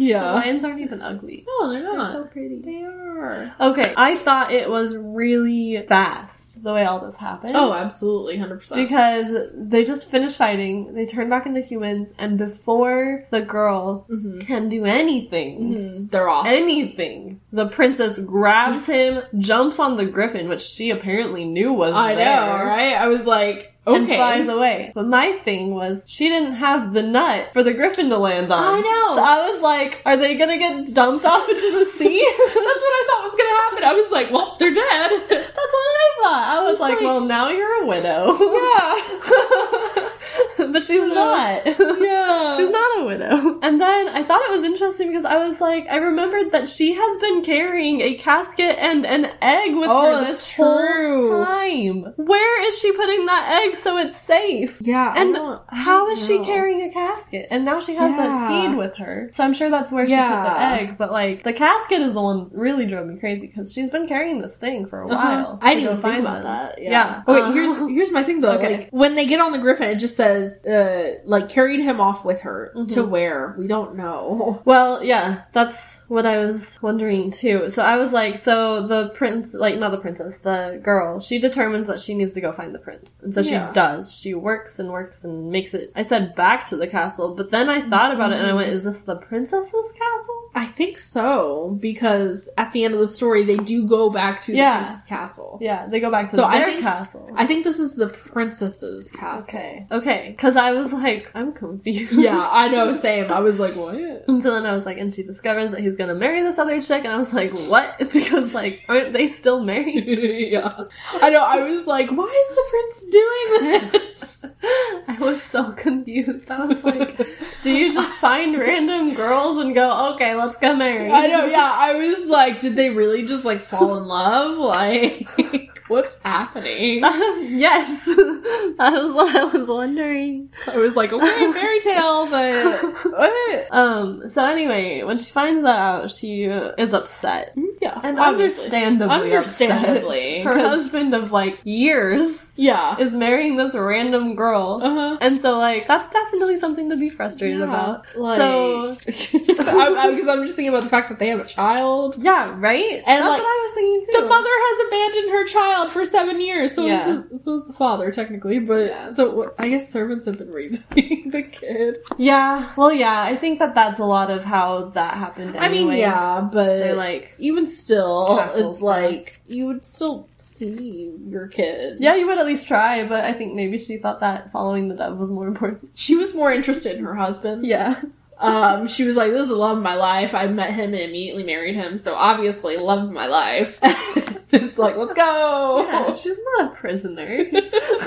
S2: Yeah.
S3: Lions aren't even ugly.
S2: No, they're not.
S3: so pretty.
S2: they are.
S3: Okay, I thought it was really fast the way all this happened.
S2: Oh, absolutely, hundred percent.
S3: Because they just finish fighting, they turn back into humans, and before the girl can do anything,
S2: They're off.
S3: anything, the princess grabs him, jumps on the griffin, which she apparently knew was
S2: I
S3: there.
S2: know, right? I was like,
S3: And
S2: okay.
S3: flies away. But my thing was, she didn't have the nut for the griffin to land on.
S2: I know.
S3: So I was like, are they gonna get dumped off into the sea?
S2: That's what I thought was gonna happen. I was like, well, they're dead.
S3: That's what I thought. I was like,
S2: like-
S3: well, now you're a widow. but she's not.
S2: Yeah.
S3: She's not a widow. And then I thought it was interesting because I was like, I remembered that she has been carrying a casket and an egg with
S2: Oh,
S3: her
S2: that's
S3: this
S2: true.
S3: whole time. Where is she putting that egg so it's safe?
S2: Yeah, I
S3: And
S2: don't- I
S3: how
S2: don't
S3: is she
S2: know.
S3: carrying a casket? And now she has
S2: Yeah.
S3: that seed with her. So I'm sure that's where
S2: Yeah.
S3: she put the egg. But like the casket is the one that really drove me crazy because she's been carrying this thing for a while.
S2: Uh-huh. I
S3: to
S2: didn't
S3: go
S2: even think
S3: find
S2: about
S3: them.
S2: that. Yeah.
S3: Yeah.
S2: Okay.
S3: Uh,
S2: here's here's my thing though.
S3: Okay.
S2: Like when they get on the Griffin, it just says uh like carried him off with her to
S3: Mm-hmm.
S2: where we don't know.
S3: Well, yeah, that's what I was wondering too. So I was like, so the prince, like, not the princess, the girl, she determines that she needs to go find the prince. And so
S2: Yeah.
S3: she does. She works and works and makes it, I said back to the castle, but then I thought about it and I went, is this the princess's castle?
S2: I think so because at the end of the story, they do go back to
S3: Yeah.
S2: the prince's castle.
S3: Yeah, they go back to
S2: So I
S3: their
S2: think-
S3: castle.
S2: I think this is the princess's castle.
S3: okay. Okay. Cause I was like, I'm confused.
S2: Yeah, I know. Same. I was like, what?
S3: And so then I was like, and she discovers that he's gonna marry this other chick, and I was like, what? Because like, aren't they still married?
S2: yeah. I know. I was like, why is the prince doing this?
S3: I was so confused. I was like, do you just find random girls and go, okay, let's get married?
S2: I know, yeah. I was like, did they really just like fall in love? Like, what's happening? I
S3: yes. that was what I was wondering.
S2: was like, okay, fairy tale, but what?
S3: Um, so anyway, when she finds that out, she is upset.
S2: Yeah,
S3: And
S2: obviously.
S3: understandably, upset.
S2: understandably,
S3: her
S2: 'cause-
S3: husband of like years
S2: yeah,
S3: is marrying this random
S1: random girl.
S2: Uh-huh.
S1: And so, like, that's definitely something to be frustrated about. so,
S2: because I'm, I'm- 'cause I'm just thinking about the fact that they have a child.
S1: yeah, right?
S2: And,
S1: that's
S2: like,
S1: what I was thinking too.
S2: The mother has abandoned her child for seven years, so
S1: Yeah.
S2: this is this was the father technically, but so I guess servants have been raising the kid.
S1: Yeah. Well, yeah, I think that that's a lot of how that happened anyway.
S2: I mean, yeah, Uh, but
S1: They're like,
S2: even still,
S1: castle
S2: it's
S1: stuff.
S2: like you would still see your kid.
S1: yeah, you would at least try, but I think maybe she thought that following the dove was more important.
S2: she was more interested in her husband.
S1: Yeah.
S2: Um, she was like, "This is the love of my life." I met him and immediately married him, so obviously, love of my life. it's like, let's go.
S1: Yeah, Oh, she's not a prisoner.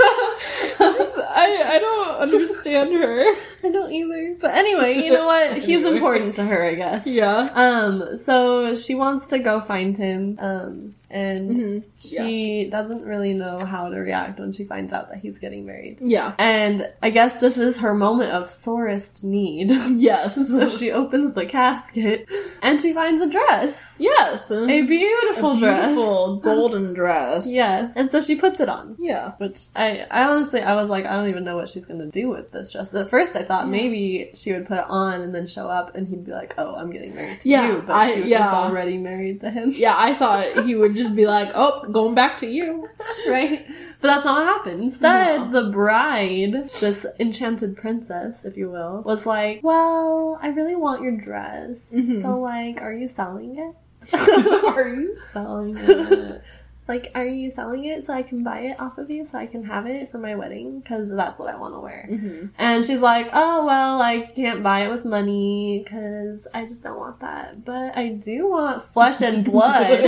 S2: I, I don't understand her.
S1: I don't either. But anyway, you know what? He's
S2: Anyway.
S1: important to her, I guess.
S2: Yeah.
S1: Um, so she wants to go find him, um, and
S2: Mm-hmm. Yeah.
S1: she doesn't really know how to react when she finds out that he's getting married.
S2: Yeah.
S1: And I guess this is her moment of sorest need.
S2: Yes.
S1: so she opens the casket and she finds a dress.
S2: Yes.
S1: A beautiful dress.
S2: Beautiful golden dress.
S1: Yes. And so she puts it on.
S2: Yeah.
S1: Which I, I honestly, I was like, I don't even know what she's gonna do with this dress. At first, I thought maybe she would put it on and then show up, and he'd be like, "Oh, I'm getting married to
S2: Yeah,
S1: you," but
S2: I-
S1: she was
S2: yeah.
S1: already married to him,
S2: Yeah, I thought he would just be like, "Oh, going back to you."
S1: right? But that's not what happened. Instead, the bride, this enchanted princess, if you will, was like, "Well, I really want your dress, so like, are you selling it?
S2: Mm-hmm. Are you selling it?
S1: Like, are you selling it so I can buy it off of you, so I can have it for my wedding? Because that's what I want to wear." And she's like, oh, well, I can't buy it with money because I just don't want that. But I do want flesh and blood.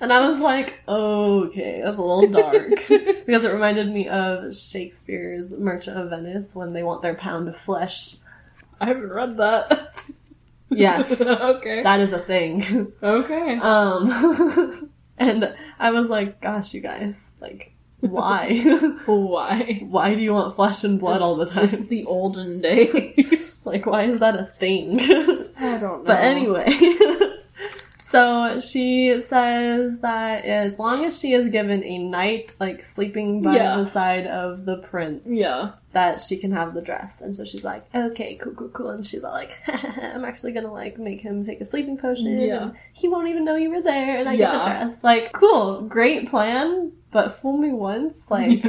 S1: and I was like, okay, that's a little dark. because it reminded me of Shakespeare's Merchant of Venice when they want their pound of flesh.
S2: I haven't read that.
S1: Yes,
S2: okay.
S1: that is a thing.
S2: okay.
S1: Um, and I was like, gosh, you guys, like, why?
S2: Why?
S1: why do you want flesh and blood all the time?
S2: It's the olden days.
S1: Like, why is that a thing?
S2: I don't know.
S1: But anyway, so she says that as long as she is given a knight, like sleeping by
S2: Yeah.
S1: the side of the prince,
S2: Yeah.
S1: that she can have the dress. And so she's like, okay, cool, cool, cool. And she's all like, I'm actually gonna like make him take a sleeping potion.
S2: Yeah.
S1: And he won't even know you were there, and I get the
S2: Yeah.
S1: dress. Like, cool, great plan. But fool me once, like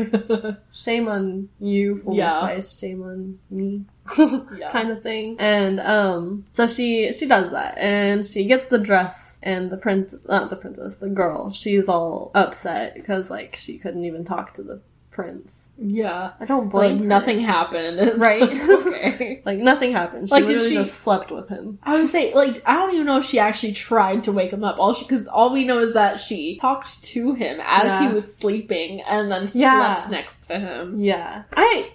S1: shame on you, fool
S2: Yeah.
S1: me twice, shame on me.
S2: Yeah.
S1: kind of thing. And um so she she does that and she gets the dress and the prince not the princess, the girl, she's all upset because like she couldn't even talk to the prince.
S2: yeah.
S1: I don't
S2: Like
S1: blame her.
S2: nothing happened. It's
S1: Right.
S2: like, okay.
S1: Like nothing happened. She
S2: Like, did
S1: literally
S2: she-
S1: just slept with him.
S2: I would say, like, I don't even know if she actually tried to wake him up. All she, because all we know is that she talked to him as
S1: Yeah.
S2: he was sleeping and then
S1: Yeah.
S2: slept next to him.
S1: Yeah, I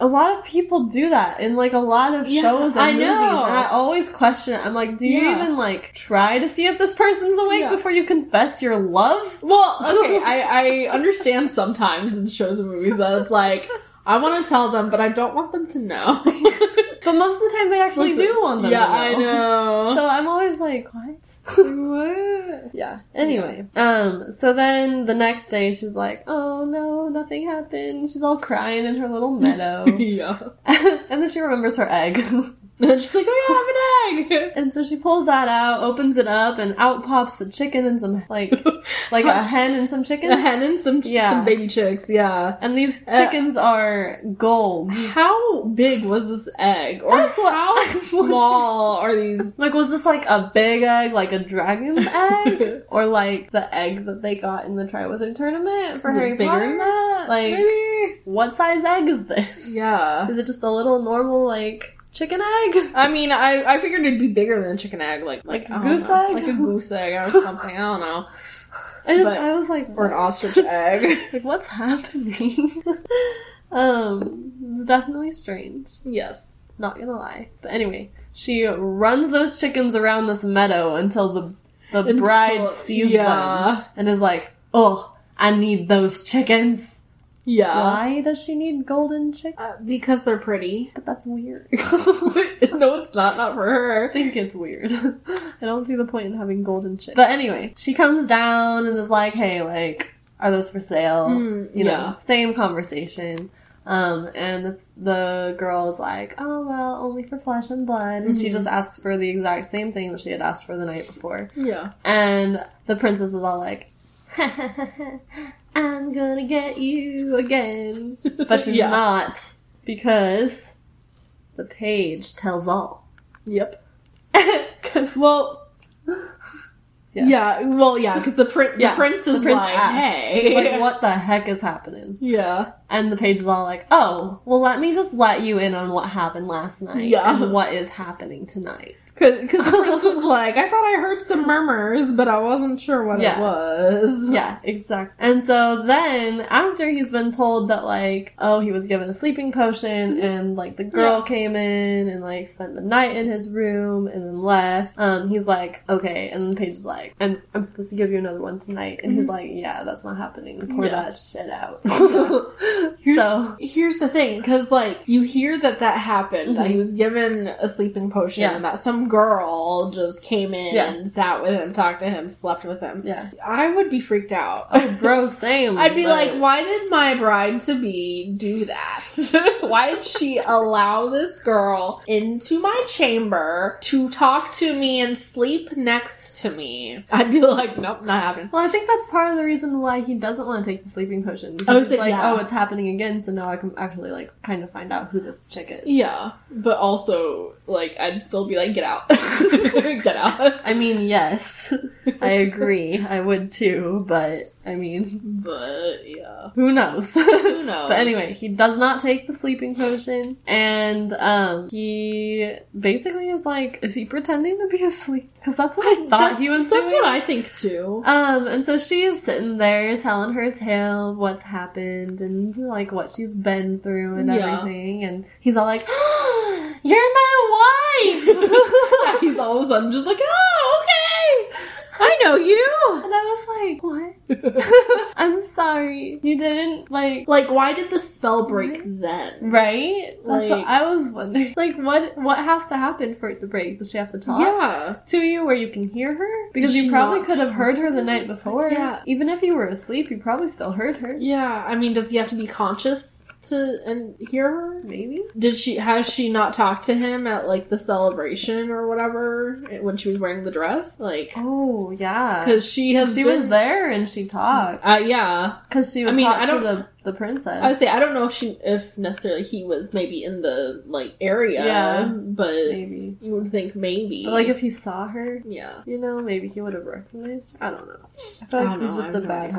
S1: a lot of people do that in like a lot of
S2: Yeah,
S1: shows. And
S2: I
S1: movies,
S2: know.
S1: And I always question it. I'm like, do you
S2: Yeah.
S1: even like try to see if this person's awake
S2: Yeah.
S1: before you confess your love?
S2: Well, okay, I, I understand sometimes in shows and movies that it's like, I want to tell them, but I don't want them to know.
S1: But most of the time, they actually do want them.
S2: Yeah, I
S1: to know.
S2: know.
S1: So I'm always like, what?
S2: What?
S1: yeah. Anyway, um, so then the next day she's like, oh no, nothing happened. She's all crying in her little meadow,
S2: Yeah.
S1: and then she remembers her egg.
S2: And then she's like, oh, yeah, I have an egg.
S1: And so she pulls that out, opens it up, and out pops a chicken and some like like a hen and some chickens.
S2: A hen and Uh, some,
S1: Yeah.
S2: some baby chicks, yeah.
S1: And these chickens are gold.
S2: How big was this egg? Or
S1: That's what-
S2: how
S1: that's what-
S2: small are these?
S1: Like, was this like a big egg, like a dragon's egg, or like the egg that they got in the Triwizard Tournament for
S2: Is it
S1: Harry
S2: bigger
S1: Potter?
S2: than that?
S1: Like,
S2: Maybe.
S1: what size egg is this?
S2: Yeah.
S1: Is it just a little normal like chicken egg?
S2: I mean, I, I figured it'd be bigger than a chicken egg, like like, I don't
S1: goose
S2: know,
S1: egg?
S2: like a goose egg or something. I don't know,
S1: I just
S2: But-
S1: I was like,
S2: or an ostrich egg.
S1: like what's happening? um, it's definitely strange.
S2: yes,
S1: Not gonna lie. But anyway, she runs those chickens around this meadow until the the
S2: Until-
S1: bride sees
S2: yeah.
S1: them and is like, "Oh, I need those chickens."
S2: yeah,
S1: Why does she need golden chickens?
S2: Uh, because they're pretty.
S1: But that's weird.
S2: no, it's not. Not for her.
S1: I think it's weird. I don't see the point in having golden chick. But anyway, she comes down and is like, "Hey, like, are those for sale?
S2: Mm.
S1: you know,
S2: yeah.
S1: same conversation. Um, and the, the girl is like, oh, well, only for flesh and blood. And she just asked for the exact same thing that she had asked for the night before.
S2: Yeah.
S1: And the princess is all like, I'm gonna get you again. But she's
S2: Yeah.
S1: not, because the page tells all.
S2: Yep.
S1: 'Cause-
S2: Well. Yeah. Uh, Well, yeah, because the, prin-
S1: Yeah,
S2: the prince is like,
S1: asks,
S2: hey.
S1: like, what the heck is happening?
S2: Yeah.
S1: And the page is all like, oh, well, let me just let you in on what happened last night
S2: Yeah.
S1: and what is happening tonight.
S2: Because the prince was like, I thought I heard some murmurs, but I wasn't sure what
S1: Yeah.
S2: it was.
S1: Yeah, exactly. And so then after he's been told that like, oh, he was given a sleeping potion and like the girl
S2: Yeah.
S1: came in and like spent the night in his room and then left, um, he's like, okay, and Paige is like, and I'm supposed to give you another one tonight. And he's like, yeah, that's not happening. Pour
S2: Yeah.
S1: that shit out.
S2: Here's,
S1: So-
S2: here's the thing, because like you hear that that happened, that he was given a sleeping potion,
S1: Yeah.
S2: and that some girl just came in
S1: Yeah.
S2: and sat with him, talked to him, slept with him.
S1: Yeah.
S2: I would be freaked out.
S1: Bro, same.
S2: I'd be
S1: but-
S2: like, why did my bride to be do that? why did she allow this girl into my chamber to talk to me and sleep next to me? I'd be like, nope, not happening.
S1: Well, I think that's part of the reason why he doesn't want to take the sleeping potion.
S2: Oh,
S1: Because
S2: is
S1: he's
S2: it-
S1: like,
S2: yeah.
S1: oh, it's happening again, so now I can actually like kind of find out who this chick is.
S2: Yeah, but also, like, I'd still be like, get out. get out.
S1: I mean, yes, I agree. I would too, but I mean,
S2: But, yeah.
S1: who knows? Who
S2: knows?
S1: but anyway, he does not take the sleeping potion, and um, he basically is like, is he pretending to be asleep? Because that's what I, thought he was
S2: That's
S1: doing.
S2: what I think, too.
S1: Um, and so she's sitting there telling her tale of what's happened and like what she's been through and
S2: Yeah.
S1: everything. And he's all like, You're my wife!
S2: He's all of a sudden just like, oh, okay! I know you!
S1: and I was like, What? I'm sorry. You didn't, like,
S2: Like, why did the spell break then?
S1: right?
S2: Like-
S1: That's what I was wondering. Like, what what has to happen for it to break? Does she have to talk?
S2: Yeah.
S1: To you, where you can hear her because
S2: she
S1: you probably
S2: not
S1: could have heard her the night before.
S2: Yeah.
S1: Even if you were asleep, you probably still heard her.
S2: Yeah, I mean, does he have to be conscious to and hear her?
S1: Maybe.
S2: Did she has she not talked to him at like the celebration or whatever eh, when she was wearing the dress? Like,
S1: Oh yeah,
S2: because she has
S1: she
S2: been-
S1: was there and she talked
S2: Uh, yeah,
S1: because she.
S2: I
S1: Would
S2: mean,
S1: talk
S2: I don't-
S1: to the the princess.
S2: I would say I don't know if she if necessarily he was maybe in the like area,
S1: Yeah,
S2: but
S1: maybe,
S2: you would think maybe
S1: but like if he saw her,
S2: yeah.
S1: you know, maybe he would have recognized. her. I don't know. I
S2: I
S1: feel like
S2: don't
S1: he's
S2: know,
S1: just
S2: I
S1: a
S2: have no
S1: bad
S2: idea.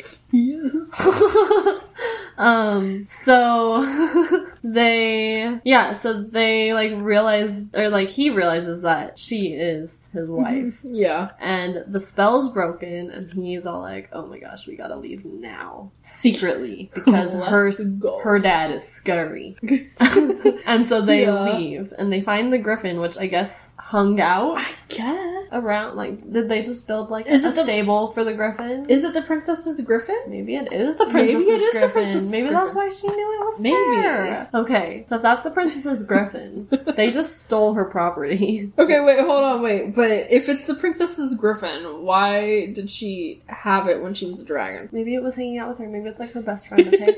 S1: husband.
S2: Yes.
S1: um. So they, yeah. So they like realize, or like he realizes that she is his
S2: Mm-hmm.
S1: wife,
S2: Yeah.
S1: and the spell's broken, and he's all like, "Oh my gosh, we gotta leave now, secretly, because her
S2: Let's go.
S1: her dad is scurry." and so they
S2: Yeah.
S1: leave, and they find the griffin, which I guess hung out
S2: Yeah.
S1: around. Like, did they just build like
S2: Is
S1: a
S2: it the-
S1: stable for the griffin?
S2: Is it the princess's griffin?
S1: Maybe it is the
S2: Maybe it
S1: princess's
S2: is the
S1: griffin.
S2: princess's
S1: Maybe that's why she knew it was
S2: Maybe.
S1: there. Okay, so if that's the princess's griffin, they just stole her property.
S2: Okay, wait, hold on, wait. But if it's the princess's griffin, why did she have it when she was a dragon?
S1: Maybe it was hanging out with her. Maybe it's like her best friend. Okay,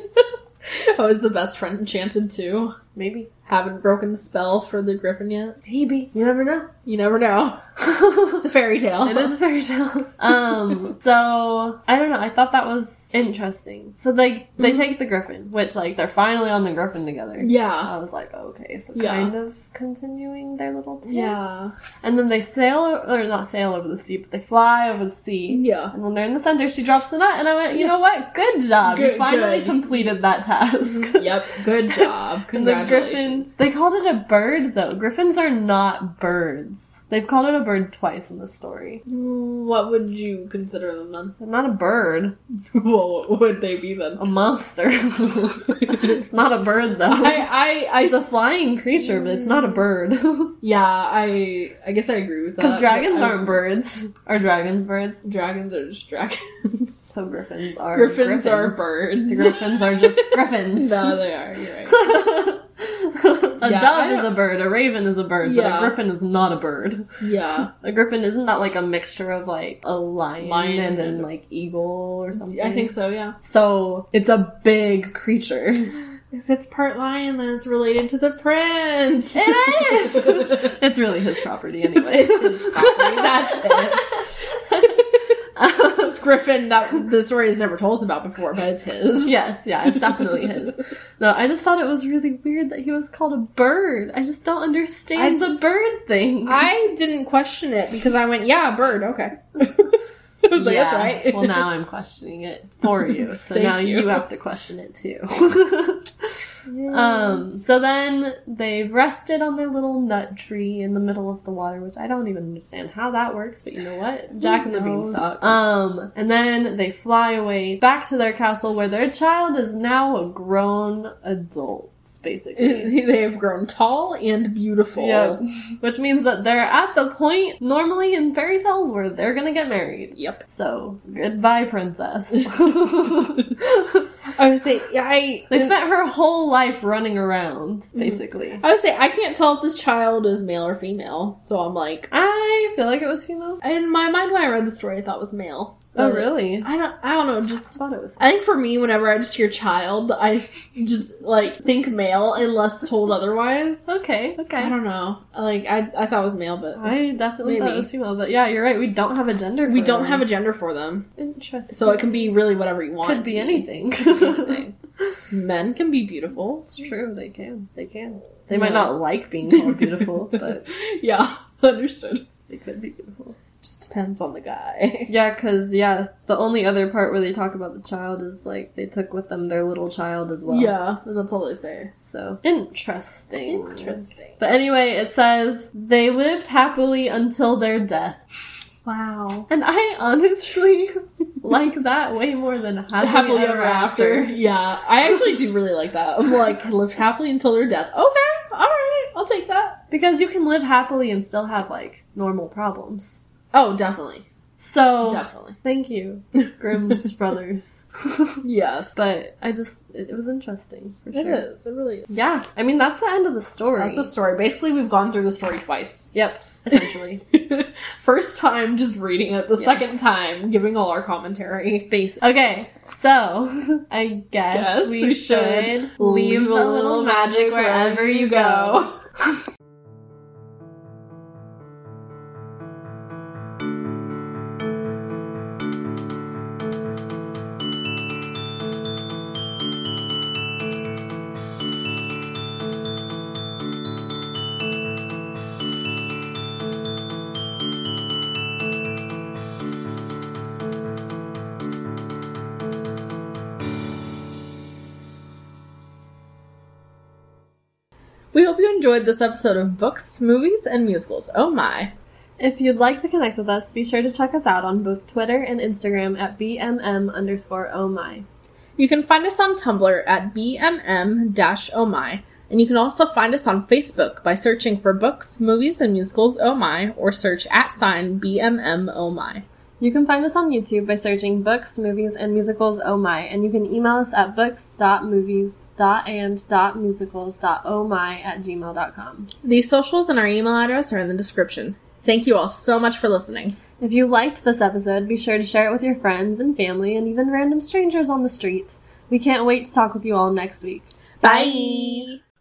S2: Oh, is the best friend enchanted too?
S1: maybe,
S2: Haven't broken the spell for the griffin yet?
S1: maybe you never know.
S2: You never know. it's a fairy tale.
S1: It is a fairy tale. Um, so I don't know. I thought that was interesting. So they they take the griffin, which like they're finally on the griffin together. I
S2: Yeah.
S1: was like, okay, so
S2: Yeah.
S1: kind of continuing their little tale.
S2: Yeah.
S1: And then they sail, or not sail over the sea, but they fly over the sea.
S2: Yeah.
S1: And when they're in the center, she drops the nut, and I went, you know what? Good job.
S2: Good,
S1: you finally
S2: good. Mm-hmm.
S1: completed that task.
S2: Yep. Good job.
S1: And the
S2: Congratulations.
S1: griffins. They called it a bird, though. Griffins are not birds. They've called it a bird twice in the story.
S2: What would you consider them then?
S1: They're not a bird.
S2: well, what would they be then?
S1: A monster. it's not a bird, though.
S2: I, I,
S1: it's
S2: I,
S1: a flying creature, but it's not a bird. Because
S2: yeah, I, I guess I agree with that. but
S1: dragons
S2: I-
S1: aren't birds. Are dragons birds?
S2: Dragons are just dragons.
S1: So griffins are
S2: Griffins are birds.
S1: The griffins are just griffins.
S2: no, they are. You're right.
S1: A
S2: Yeah, I
S1: dove
S2: don't-
S1: is a bird, a raven is a bird,
S2: Yeah.
S1: but a griffin is not a bird.
S2: Yeah.
S1: A griffin isn't that like a mixture of like a lion,
S2: Lion
S1: and then
S2: and-
S1: like eagle or something?
S2: I think so, yeah.
S1: So it's a big creature.
S2: If it's part lion, then it's related to the prince.
S1: It is. it's really his property anyway.
S2: It's his property. That's it. It's Griffin that the story has never told us about before, but it's his.
S1: yes, yeah, it's definitely his. No, I just thought it was really weird that he was called a bird. I just don't understand
S2: I-
S1: the bird thing.
S2: I didn't question it because I went, yeah, bird, okay. I was like, that's right.
S1: well, now I'm questioning it for you. So
S2: Thank
S1: now you.
S2: you.
S1: have to question it too. um, so then they've rested on their little nut tree in the middle of the water, which I don't even understand how that works, but you know what? Jack and the
S2: knows? Oh,
S1: Beanstalk. Um, and then they fly away back to their castle where their child is now a grown adult, basically.
S2: they have grown tall and beautiful.
S1: Yep. Which means that they're at the point normally in fairy tales where they're gonna get married.
S2: Yep.
S1: So goodbye, princess.
S2: I would say, yeah, I.
S1: they spent her whole life running around,
S2: Mm-hmm.
S1: basically.
S2: I would say I can't tell if this child is male or female, so I'm like,
S1: I feel like it was female.
S2: in my mind when I read the story, I thought it was male.
S1: Oh,
S2: But
S1: really?
S2: I don't. I don't know.
S1: I
S2: Just
S1: thought it was.
S2: I think for me, whenever I just hear child, I just like think male unless told otherwise.
S1: Okay, okay.
S2: I don't know. Like I, I thought it was male, but
S1: I definitely thought it
S2: Maybe.
S1: was female, but yeah, you're right. We don't have a gender.
S2: we don't have a gender for them,
S1: interest,
S2: so it can be really whatever you want.
S1: could
S2: it to
S1: be anything.
S2: Anything. Men can be beautiful.
S1: it's true. They can. They can. They might not like being called beautiful, but
S2: Yeah, understood.
S1: they could be beautiful.
S2: Just depends on the guy.
S1: Yeah, because, yeah, the only other part where they talk about the child is like they took with them their little child as well.
S2: Yeah, that's all they say.
S1: So, interesting.
S2: Interesting.
S1: But anyway, it says they lived happily until their death.
S2: Wow.
S1: And I honestly like that way more than happily,
S2: Happily ever after. Yeah, I actually do really like that. I'm like lived happily until their death. Okay, all right, I'll take that.
S1: Because you can live happily and still have like normal problems.
S2: Oh, definitely,
S1: So,
S2: definitely.
S1: thank you, Grimm's Brothers.
S2: Yes,
S1: But I just, it, it was interesting for
S2: it
S1: sure.
S2: is. It really is.
S1: Yeah, I mean, that's the end of the story.
S2: That's the story. Basically, we've gone through the story twice.
S1: Yep, essentially.
S2: First time just reading it, the second time giving all our commentary.
S1: Base. Okay, so I guess
S2: Yes,
S1: we, should leave a little magic wherever you go.
S2: We hope you enjoyed this episode of Books, Movies, and Musicals. Oh my.
S1: If you'd like to connect with us, be sure to check us out on both Twitter and Instagram at BMM underscore oh my.
S2: You can find us on Tumblr at bmm oh my, and you can also find us on Facebook by searching for books, movies, and musicals oh my, or search at sign bmm oh my.
S1: You can find us on YouTube by searching books, movies, and musicals oh my, and you can email us at books.movies.and.musicals.ohmy at gmail.com.
S2: The socials and our email address are in the description. Thank you all so much for listening.
S1: If you liked this episode, be sure to share it with your friends and family and even random strangers on the street. We can't wait to talk with you all next week.
S2: Bye.